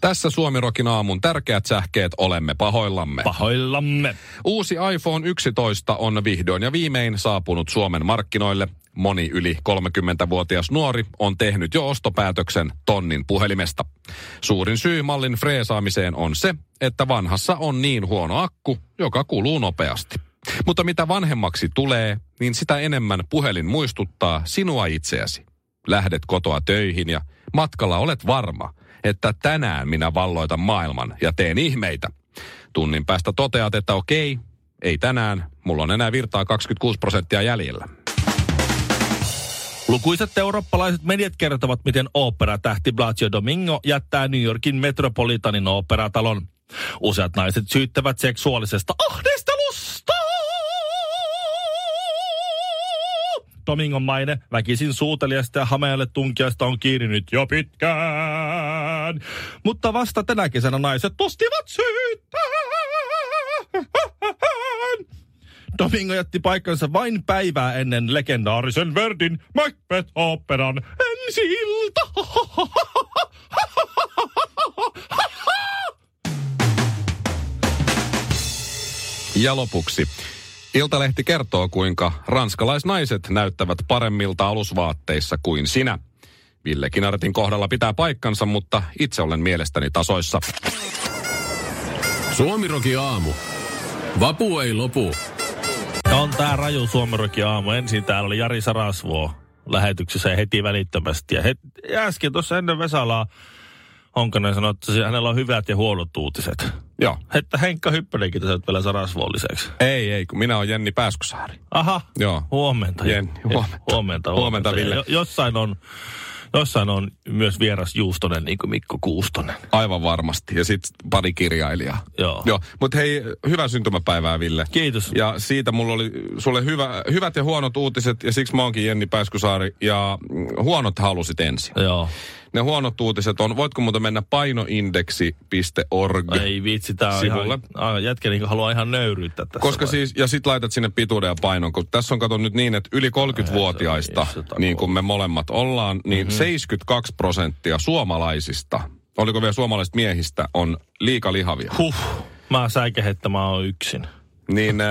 Tässä Suomirokin aamun tärkeät sähkeet olemme pahoillamme. Pahoillamme. Uusi iPhone 11 on vihdoin ja viimein saapunut Suomen markkinoille. Moni yli 30-vuotias nuori on tehnyt jo ostopäätöksen tonnin puhelimesta. Suurin syy mallin freesaamiseen on se, että vanhassa on niin huono akku, joka kuluu nopeasti. Mutta mitä vanhemmaksi tulee, niin sitä enemmän puhelin muistuttaa sinua itseäsi. Lähdet kotoa töihin ja matkalla olet varma, että tänään minä valloitan maailman ja teen ihmeitä. Tunnin päästä toteat, että okei, ei tänään, mulla on enää virtaa 26 prosenttia jäljellä. Lukuisat eurooppalaiset mediat kertovat, miten oopperatähti Blasio Domingo jättää New Yorkin Metropolitanin oopperatalon. Useat naiset syyttävät seksuaalisesta ahdistelusta. Domingon maine väkisin suuteliasta ja hameelle tunkiasta on kiirinyt jo pitkään. Mutta vasta tänä kesänä naiset postivat syyttään. Domingo jätti paikkansa vain päivää ennen legendaarisen Verdin Macbeth-operan ensi ilta. Ja lopuksi. Iltalehti kertoo, kuinka ranskalaisnaiset näyttävät paremmilta alusvaatteissa kuin sinä. Ville Kinartin kohdalla pitää paikkansa, mutta itse olen mielestäni tasoissa. Suomirokin aamu. Vapu ei lopu. On tää raju Suomerokin aamu. Ensin täällä oli Jari Sarasvuo lähetyksessä ja heti välittömästi. Ja, het, ja äsken tuossa ennen Vesalaa Honkanen sanoi, että se- hänellä on hyvät ja huonot uutiset. Joo. Että Henkka Hyppönenkin tässä nyt vielä Sarasvuon lisäksi. Ei, ei, kun minä olen Jenni Pääskysaari. Aha. Joo. Huomenta. Eh, Jenni, huomenta. Huomenta, Huomenta, Ville. Jo, jossain on... Jossain on myös vieras Juustonen, niin kuin Mikko Kuustonen. Aivan varmasti. Ja sitten pari kirjailijaa. Joo. Joo. Mutta hei, hyvää syntymäpäivää, Ville. Kiitos. Ja siitä mulla oli sulle hyvä, hyvät ja huonot uutiset, ja siksi mä oonkin Jenni Pääskysaari, ja mm, huonot halusit ensin. Joo. Ne huonot uutiset on, voitko muuten mennä painoindeksi.org, Ei vitsi, tää on Sivulle. ihan, aivan jätkä niin haluaa ihan nöyryyttää tässä. koska vai? siis, ja sit laitat sinne pituuden ja painon, kun tässä on kato nyt niin, että yli 30-vuotiaista, Ai, se on Mhm. niin kuin me molemmat ollaan, niin mm-hmm. 72 prosenttia suomalaisista, oliko vielä suomalaisista miehistä, on liikalihavia. Huh, mä säikähdän, että mä oon yksin. Niin äh,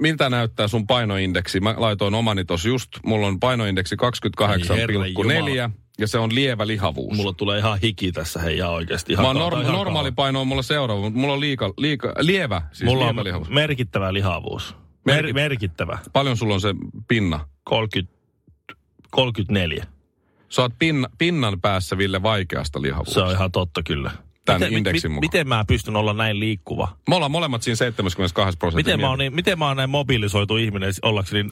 miltä näyttää sun painoindeksi? Mä laitoin omani tossa just, mulla on painoindeksi Ai herranjumala. 28,4 ja se on lievä lihavuus. Mulla tulee ihan hiki tässä, hei, ihan oikeasti. Ihan Mä oon tää on norm- ihan normaali kauhea. paino on mulla seuraava, mutta mulla on liika, liika, lievä, siis Mulla lievä lihavuus. on merkittävä lihavuus. Mer- Merkit- merkittävä. Paljon sulla on se pinna? 30, 34. Sä oot pinna, pinnan päässä, Ville, vaikeasta lihavuudesta. Se on ihan totta kyllä. Tän miten, indeksin mukaan. miten mä pystyn olla näin liikkuva? Me ollaan molemmat siinä 72 prosenttia. Miten mä, oon niin, miten mä oon näin mobilisoitu ihminen ollakseni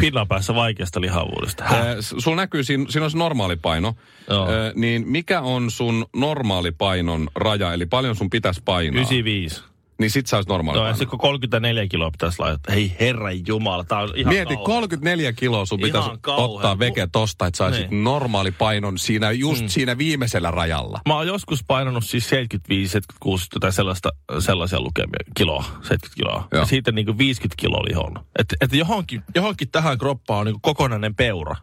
pinnan päässä vaikeasta lihavuudesta? niin- Häh? Äh, s- Sulla näkyy, siinä, siinä on se normaali paino, Joo. Ö, niin mikä on sun normaali painon raja, eli paljon sun pitäisi painaa, 95. niin sit sä oot normaali No ja paino. sitten kun 34 kiloa pitäisi laittaa. Hei herran jumala, tää on ihan Mieti, kauhea. 34 kiloa sun Ihan pitäisi kauhea. ottaa veke tosta, että saisit Niin. Mm. normaali painon siinä, just siinä viimeisellä rajalla. Mä oon joskus painanut siis 75, 76 jotain sellaista, sellaisia lukemia, kiloa, 70 kiloa. Joo. Ja siitä niinku 50 kiloa lihon. Että et johonkin, johonkin tähän kroppaan on niinku kokonainen peura.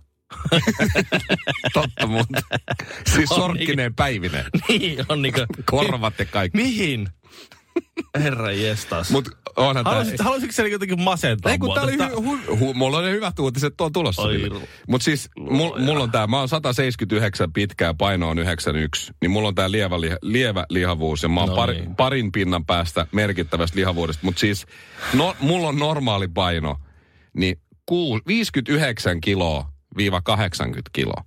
Totta muuta. Siis On sorkkineen päivinen. niin, on niinku... Korvat ja kaikki. Mihin? Herra jestas. Mut onhan tää... Haluaisit- Haluaisitko sä niinku jotenkin masentaa Ei kun tää oli hy- hu- hu- mulla oli hyvät uutiset tuo tulossa. Oi Ville. lu- Mut siis mul, mulla on tää, mä oon 179 pitkää, paino on 91, niin mulla on tää lievä, liha, lievä lihavuus ja mä oon No pari, niin. parin pinnan päästä merkittävästä lihavuudesta. Mut siis no, mulla on normaali paino, niin kuus, 59 kiloa viiva 80 kiloa.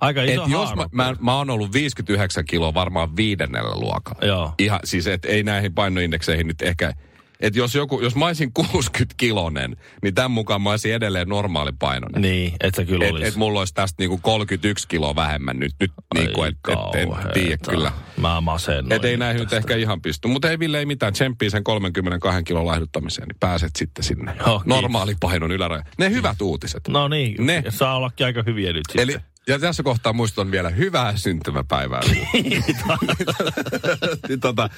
Aika iso Et jos mä, haarukka. mä, mä oon ollut 59 kiloa varmaan viidennellä luokalla. Joo. Ihan, siis et ei näihin painoindekseihin nyt ehkä Että jos, joku, jos mä olisin 60 kilonen, niin tämän mukaan mä olisin edelleen normaalipainoinen. Niin, et sä kyllä Että et olis. mulla olisi tästä niinku 31 kiloa vähemmän nyt, nyt niinku, Ai et, et, en kauheeta. tiedä kyllä. Mä masennoin. Et ei näin nyt ehkä ihan pistu. Mutta ei Ville ei mitään. Tsemppii sen 32 kilon laihduttamiseen, niin pääset sitten sinne. Joo, kiitos. Normaalipainon yläraja. Ne hyvät uutiset. No niin, Ne. ne. saa ollakin aika hyviä nyt sitten. Eli, ja tässä kohtaa muistutan vielä hyvää syntymäpäivää. Niin tota,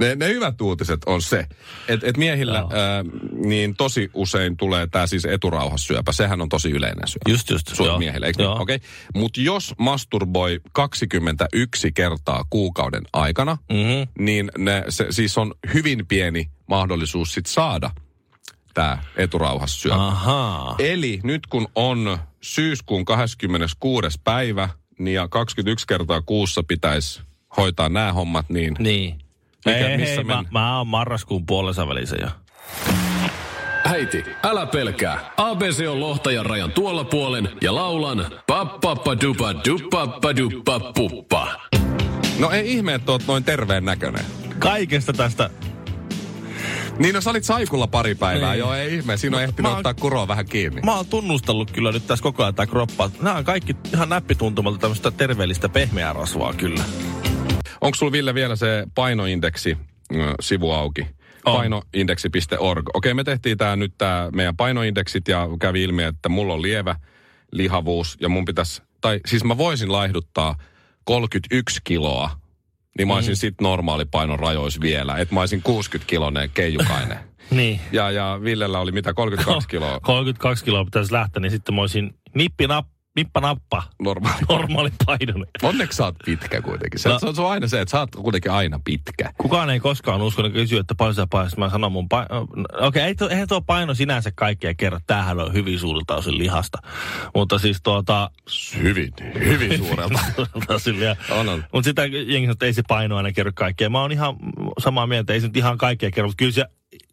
ne, ne hyvät uutiset on se, että et miehillä Joo. ää, niin tosi usein tulee tämä siis eturauhassyöpä. Sehän on tosi yleinen syöpä. Just, just. Suomen joo. miehillä, eikö Joo. niin? Okei. Okay. Mutta jos masturboi 21 kertaa kuukauden aikana, mm-hmm. niin ne, se, siis on hyvin pieni mahdollisuus sit saada tämä eturauhassyöpä. Ahaa. Eli nyt kun on syyskuun 26. päivä, niin ja 21 kertaa kuussa pitäisi hoitaa nämä hommat, niin Niin. Mikä- ei, missä hei, mä, mennään? mä oon marraskuun puolensa välissä jo. Äiti, älä pelkää. ABC on lohtajan rajan tuolla puolen ja laulan pappappadupa dupappadupa puppa. Niin. no ei ihme, että oot noin terveen näköinen. Kaikesta tästä. Niin no sä olit saikulla pari päivää, niin. joo ei ihme, siinä on ehtinyt mä oon- ottaa kuroa vähän kiinni. Mä oon tunnustellut kyllä nyt tässä koko ajan tää kroppaa. Nää on kaikki ihan näppituntumalta tämmöistä terveellistä pehmeää rasvaa kyllä. Onko sulla Ville vielä se painoindeksi ö, sivu auki? On. painoindeksi.org. Okei, me tehtiin tämä nyt tämä meidän painoindeksit ja kävi ilmi, että mulla on lievä lihavuus ja mun pitäisi, tai siis mä voisin laihduttaa 31 kiloa, niin mä olisin sit normaalipainon rajois vielä, että mä olisin 60 kilonen keijukainen. Niin. ja, ja Villellä oli mitä, 32 kiloa 32 kiloa pitäisi lähteä, niin sitten mä olisin nippi nap, nippa nappa. normaali. Normaali painoinen. Onneksi sä oot pitkä kuitenkin. Se, No. se, on, se on aina se, että sä oot kuitenkin aina pitkä. Kukaan ei koskaan uskonut kysyä, että paljon sä painat. Mä sanon mun paino. Okei, ei to, eihän tuo paino sinänsä kaikkea kerro. Tämähän on hyvin suurilta osin lihasta. Mutta siis tuota... Hyvin, hyvin suurelta. Silleen. On, on. Mutta sitä jengi sanoo, että ei se paino aina kerro kaikkea. Mä oon ihan samaa mieltä, ei se nyt ihan kaikkea kerro, mutta kyllä se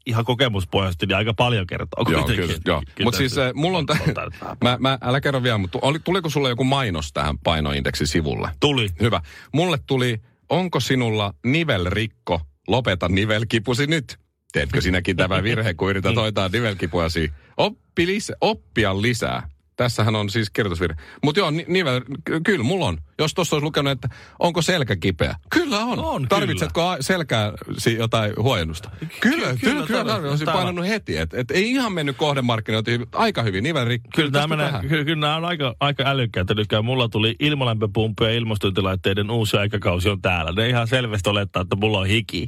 ihan kokemuspohjaisesti niin aika paljon Joo, kertoo. kuitenkin. kyllä, joo. Mutta siis tässä äh, mulla on... Tä- tarttaa. mä, mä, älä kerro vielä, mutta oli, tuliko sulle joku mainos tähän painoindeksisivulle? Tuli. Hyvä. Mulle tuli, onko sinulla nivelrikko? Lopeta nivelkipusi nyt. Teetkö sinäkin tämä virhe, kun Niin. yrität hoitaa nivelkipuasi? Oppi lisä, oppia lisää. Tässähän on siis kirjoitusvirhe. Mutta joo, ni- nivel, ky- kyllä mulla on. Jos tuossa olisi lukenut, että onko selkä kipeä. Kyllä on. On, kyllä. Tarvitsetko kyllä. selkääsi jotain huojennusta? Kyllä, kyllä, kyllä, kyllä tarvitsen. tarvitsen. Olisin Täällä- painanut heti. Et, et ei ihan mennyt kohdemarkkinointi hyvin, mutta aika hyvin. Nivelrikko. Kyllä, nämä Tästä menee, tähän. kyllä, kyllä nämä on aika, aika älykkäitä. Nytkään mulla tuli ilmalämpöpumppu ja ilmastointilaitteiden uusi aikakausi on täällä. Ne ihan selvästi olettaa, että mulla on hiki.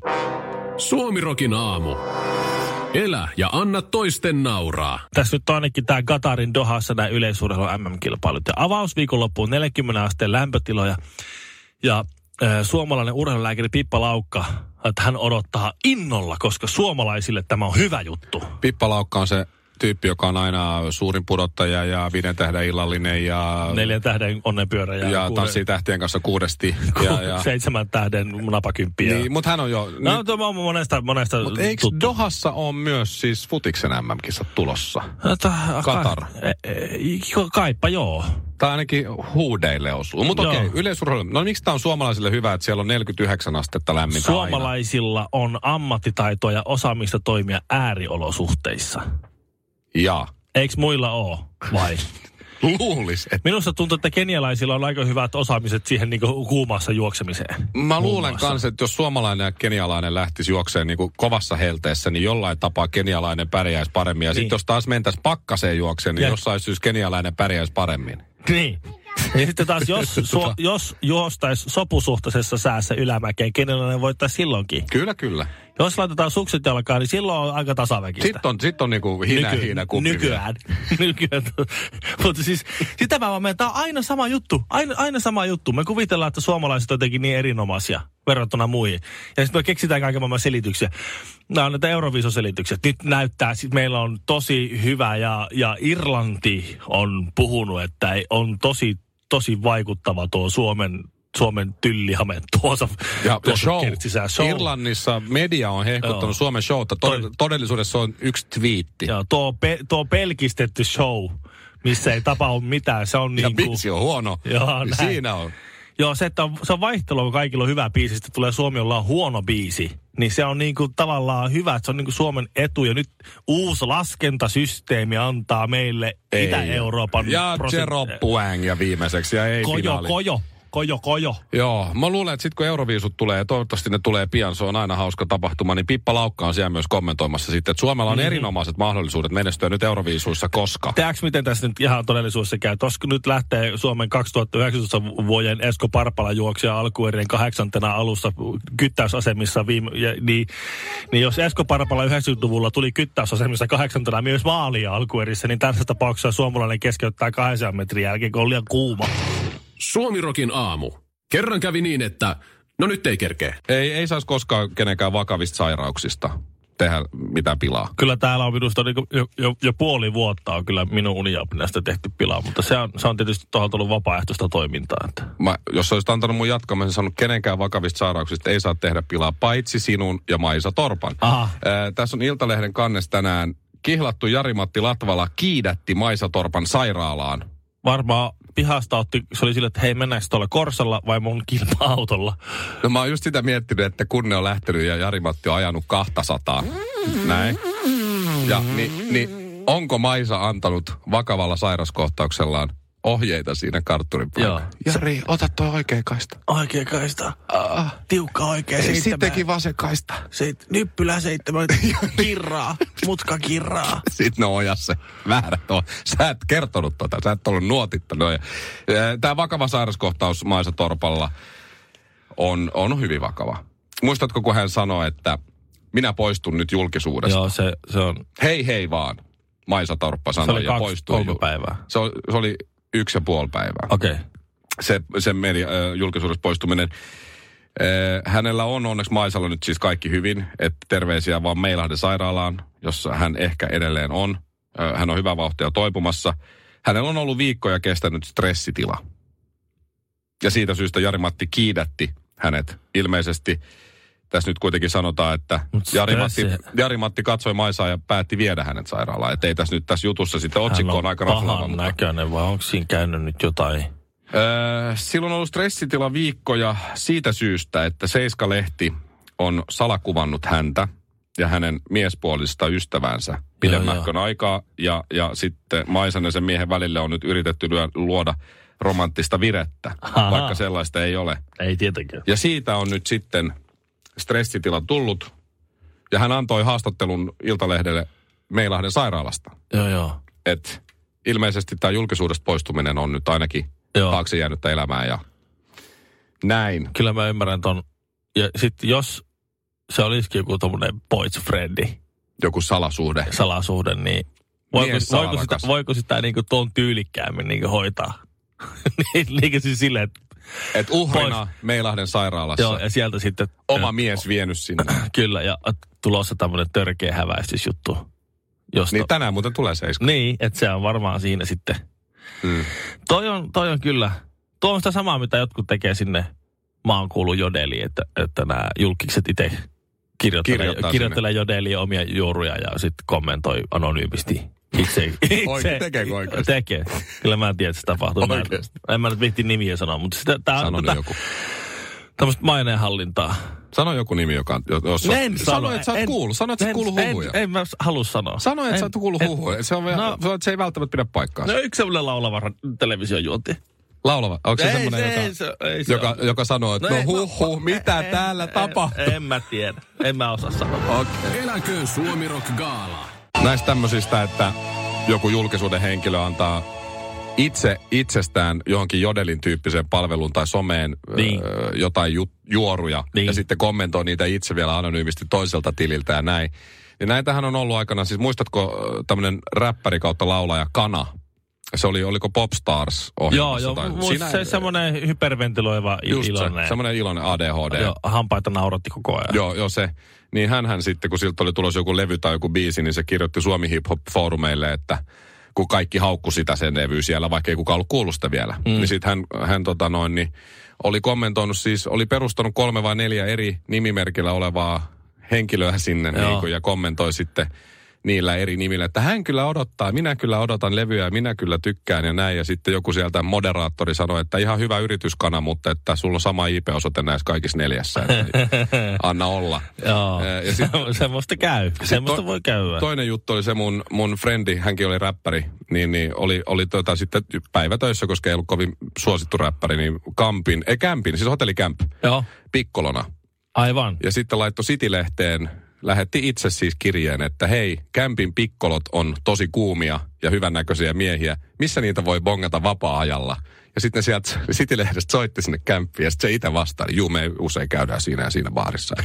Suomirokin aamu. Elä ja anna toisten nauraa. Tässä nyt on ainakin tämä Katarin Dohassa nämä yleisurheilun MM-kilpailut. Ja avausviikonloppu on 40 asteen lämpötiloja. Ja äh, suomalainen urheilulääkäri Pippa Laukka, että hän odottaa innolla, koska suomalaisille tämä on hyvä juttu. Pippa Laukka on se tyyppi, joka on aina suurin pudottaja ja viiden tähden illallinen ja, Neljän tähden onnenpyörä ja, ja kuuden- tanssii tähtien kanssa kuudesti. ja, ja. seitsemän tähden napakymppiä. Niin, mutta hän on jo... No, tämä on monesta, monesta mutta eikö tuttu. Dohassa on myös siis futiksen MM-kisat tulossa? Ota, Katar. Tota, Ka, e, e, kaipa, joo. Tai ainakin huudeille osuu. Mutta Joo. okei, okay, yleisurheilu. No miksi tämä on suomalaisille hyvä, että siellä on 49 astetta lämmintä aina? Suomalaisilla on ammattitaitoa ja osaamista toimia ääriolosuhteissa. Ja Eikö muilla ole? Vai? luulis, että... Minusta tuntuu, että kenialaisilla on aika hyvät osaamiset siihen niin kuumassa juoksemiseen. Mä Muun luulen muassa. myös, että jos suomalainen ja kenialainen lähtisi juokseen niin kuin kovassa helteessä, niin jollain tapaa kenialainen pärjäisi paremmin. Ja niin. Niin. sitten jos taas mentäisiin pakkaseen juokseen, niin Ja- jossain syystä kenialainen pärjäisi paremmin. Niin. Ja sitten taas, jos, su, jos juostaisi sopusuhtaisessa säässä ylämäkeen, kenialainen voittaisi silloinkin. Kyllä, kyllä. Jos laitetaan sukset jalkaan, niin silloin on aika tasaväkistä. Sitten on, sit on niin kuin hinä, Nyky, hinä kumpi vielä. nykyään. nykyään. Mutta siis sitä mä vaan menen, tää on aina sama juttu. Aina, aina sama juttu. Me kuvitellaan, että suomalaiset on jotenkin niin erinomaisia verrattuna muihin. Ja sitten me keksitään kaiken maailman selityksiä. Nämä on näitä Euroviisoselitykset. Nyt näyttää, sit meillä on tosi hyvä ja, ja Irlanti on puhunut, että ei, on tosi, tosi vaikuttava tuo Suomen Suomen tyllihame tuossa. Ja tuossa show. kertsissä. show. Irlannissa media on hehkuttanut Joo. Suomen showta. Tod- Toi- todellisuudessa se on yksi twiitti. Ja, Joo, tuo, pe- tuo pelkistetty show, missä ei tapahdu mitään, se on ja niin kuin... biisi on huono. Joo, niin näin. siinä on. Joo, se, että on, se on vaihtelua, kun kaikilla on hyvä biisi, sitten tulee Suomi ollaan huono biisi. Niin se on niinku tavallaan hyvä, että se on niinku Suomen etu. Ja nyt uusi laskentasysteemi antaa meille Ei. Itä-Euroopan... Ja prosentti- Jero Puängia viimeiseksi ja ei Kojo, finaali. kojo, kojo, kojo. Joo, mä luulen, että sitten kun Euroviisut tulee, ja toivottavasti ne tulee pian, se on aina hauska tapahtuma, niin Pippa Laukka on siellä myös kommentoimassa sitten, että Suomella on erinomaiset mahdollisuudet menestyä nyt Euroviisuissa, koska... Tiedätkö, miten tässä nyt ihan todellisuudessa käy? Tuossa nyt lähtee Suomen 2019 vuoden Esko Parpala juoksija alkuerien kahdeksantena alussa kyttäysasemissa viime, ja, niin, niin, jos Esko Parpala 90-luvulla tuli kyttäysasemissa kahdeksantena myös maalia alkuerissä, niin tässä tapauksessa suomalainen keskeyttää 8 metrin jälkeen, kun on liian kuuma. Suomirokin aamu. Kerran kävi niin, että no nyt ei kerkeä. Ei, ei saisi koskaan kenenkään vakavista sairauksista tehdä mitään pilaa. Kyllä täällä on minusta niin jo, jo, jo, puoli vuotta on kyllä minun uniapinasta tehty pilaa, mutta se on, se on tietysti tuohon tullut vapaaehtoista toimintaa. Että. Mä, jos olisit antanut mun jatkaa, mä olisin sanonut, kenenkään vakavista sairauksista ei saa tehdä pilaa, paitsi sinun ja Maisa Torpan. Aha. Ää, tässä on Iltalehden kannessa tänään kihlattu Jari-Matti Latvala kiidätti Maisa Torpan sairaalaan. varmaan pihasta otti, se oli sillä, että hei mennäänkö tuolla Korsalla vai mun kilpa-autolla. No mä oon just sitä miettinyt, että kun ne on lähtenyt ja Jari-Matti on ajanut 200. Näin. Ja niin, niin onko Maisa antanut vakavalla sairaskohtauksellaan ohjeita siinä kartturin Joo. Jari, ota tuo oikea kaista. Ah. Oikea kaista. Tiukka oikea. vasen kaista. niin. Seit, nyppylä seitsemän. kirraa. Mutka kirraa. Sitten ne on ojassa. Väärä tuo. Sä et kertonut tota. Sä et ollut nuotitta. No, Tämä vakava sairaskohtaus Maisa Torpalla on, on hyvin vakava. Muistatko, kun hän sanoi, että minä poistun nyt julkisuudesta? Joo, se, se on. hei hei vaan, Maisa Torppa sanoi Se oli ja kaksi, poistui. kolme päivää. Se, oli- se oli yksi ja puoli päivää. Okei. Okay. Se, se media, ö, julkisuudessa poistuminen. Ö, Hänellä on onneksi Maisalla nyt siis kaikki hyvin, että terveisiä vaan Meilahden sairaalaan, jossa hän ehkä edelleen on. Ö, Hän on hyvä vauhtia toipumassa. Hänellä on ollut viikkoja kestänyt stressitila. Ja siitä syystä Jari-Matti kiidätti hänet ilmeisesti. Tässä nyt kuitenkin sanotaan, että Mut Jari-Matti, stressi- Jari-Matti katsoi maisaa ja päätti viedä hänet sairaalaan. Että ei tässä nyt tässä jutussa sitten otsikko on, aika raflaava. pahan mutta- näköinen, vai onko siinä käynyt nyt jotain? Öö, Silloin on ollut stressitila viikkoja siitä syystä, että Seiska-lehti on salakuvannut häntä ja hänen miespuolista ystävänsä pidemmätkön aikaa. Ja, ja sitten Maisan ja sen miehen välille on nyt yritetty lyö, luoda romanttista virettä, Ahaa. vaikka sellaista ei ole. Ei tietenkään. Ja siitä on nyt sitten stressitila tullut. Ja hän antoi haastattelun Iltalehdelle Meilahden sairaalasta. Joo, joo. Että ilmeisesti tämä julkisuudesta poistuminen on nyt ainakin Joo. taakse jäänyttä elämää ja näin. Kyllä mä ymmärrän ton. Ja sitten jos se olisikin joku tommonen boyfriendi, Joku salasuhde. salasuhde, niin voiko, Mies voiko sitä, salakas. voiko sitä niin kuin tuon tyylikkäämmin niin kuin hoitaa? niin, niin kuin siis silleen, että Et uhrina Meilahden sairaalassa joo, e- ja sieltä sitten... äh, oma mies vienyt sinne. Kyllä, ja tulossa tämmöinen törkeä häväistysjuttu. Josta, Niin tänään muuten tulee seiska. niin, että se on varmaan siinä sitten. Mm. Toi on, toi on kyllä, tuo on sitä samaa, mitä jotkut tekee sinne maankuulun jodeliin, että, että nämä julkikset itse kirjoittelee, Kirjoittaa kirjoittelee, jodeliin omia juoruja ja sitten kommentoi anonyymisti. Itse, itse, tekeekö oikeasti? Tekee. Kyllä mä en tiedä, että se tapahtuu. Mä en, Oikeasti. en mä nyt vihti nimiä sanoa, mutta sitä, tää, Sano on nyt tätä, joku. tämmöistä maineenhallintaa. Sano joku nimi, joka on... jo- Jos sä- sano, että sä oot kuullut. Sano, että sä oot kuullut huhuja. En, en mä halua sanoa. Sano, että en, sä oot kuullut en- huhuja. Se, on, No. no. se ei välttämättä pidä paikkaansa. No yksi semmoinen laulava ra- televisiojuonti. Laulava. Onko se No Ei semmoinen, se- joka, ei se- ei se joka, ole. joka sanoo, että no, ei no mä- huhhuh, mitä en- täällä en- tapahtuu? En mä tiedä. En mä osaa sanoa. Eläköön Suomirok Gaala. Näistä tämmöisistä, että joku julkisuuden henkilö antaa itse itsestään johonkin jodelin tyyppiseen palveluun tai someen Niin. öö, jotain ju- juoruja Niin. ja sitten kommentoi niitä itse vielä anonyymisti toiselta tililtä ja näin. Niin näitähän on ollut aikana, siis muistatko tämmöinen räppäri kautta laulaja Kana? Se oli, oliko Popstars Joo, ohjelmassa? joo. tai- Mut Siinä- se semmoinen hyperventiloiva i- just iloinen. Se, semmoinen iloinen ADHD. Joo, hampaita nauratti koko ajan. Joo, joo se. Niin hänhän sitten, kun siltä oli tulossa joku levy tai joku biisi, niin se kirjoitti Suomi Hip Hop Foorumeille, että kun kaikki haukku sitä sen levyä siellä, vaikka ei kukaan ollut kuullut sitä vielä. Mm. Niin sitten hän, hän tota noin, niin oli kommentoinut siis, oli perustanut kolme vai neljä eri nimimerkillä olevaa henkilöä sinne Joo. niin kuin, ja kommentoi sitten niillä eri nimillä, että hän kyllä odottaa, minä kyllä odotan levyä ja minä kyllä tykkään ja näin. Ja sitten joku sieltä moderaattori sanoi, että ihan hyvä yrityskana, mutta että sulla on sama IP-osoite näissä kaikissa neljässä. että Anna olla. Joo, Ää, ja sit, semmoista käy. Semmoista to- voi käydä. Toinen juttu oli se mun, mun frendi, hänkin oli räppäri, niin, niin oli, oli tota, sitten päivätöissä, koska ei ollut kovin suosittu räppäri, niin kampin, ei kämpin, siis hotellikämp, Joo, pikkolona. aivan. Ja sitten laittoi City-lehteen, lähetti itse siis kirjeen, että hei, kämpin pikkolot on tosi kuumia ja hyvännäköisiä miehiä. Missä niitä voi bongata vapaa-ajalla? Ja sitten sieltä City-lehdestä soitti sinne kämppiin ja sitten se itse vastaili, juu me usein käydään siinä ja siinä baarissa.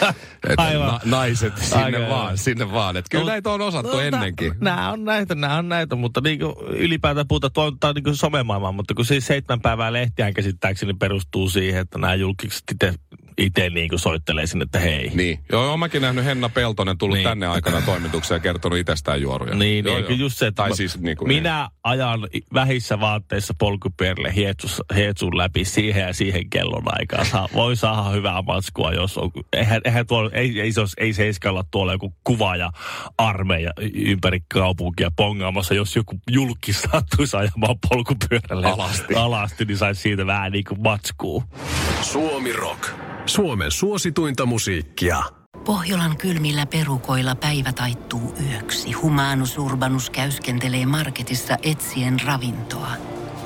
Et Aivan. na- naiset sinne Aika, joo. vaan, sinne vaan. Et kyllä näitä on osattu ennenkin. Nämä Tota, on näitä, nämä on näitä, mutta niin kuin ylipäätään puhutaan, että tämä on niin kuin somemaailmaa, mutta kun siis seitsemän päivää lehtiään käsittääkseni perustuu siihen, että nämä julkiset itse, itse niin kuin soittelee sinne, että hei. Niin. Joo, oon mäkin nähnyt Henna Peltonen tullut Niin. niin. tänne aikana toimitukseen ja kertonut itsestään juoruja. Niin, joo, niin joo. just se, että tai mä- siis niin kuin minä ajan i- vähissä vaatteissa polkupyörille hietsus, hietsun läpi siihen ja siihen kellon aikaan. Saa, voi saada hyvää matskua, jos on, eihän, eihän tuolla, ei, ei, se olisi, ei seiskalla tuolla joku kuva ja armeija y- ympäri kaupunkia pongaamassa, jos joku julkis sattuisi ajamaan polkupyörälle Alasti. alasti niin saisi siitä vähän niin kuin matskua. Suomi Rock. Suomen suosituinta musiikkia. Pohjolan kylmillä perukoilla päivä taittuu yöksi. Humanus Urbanus käyskentelee marketissa etsien ravintoa.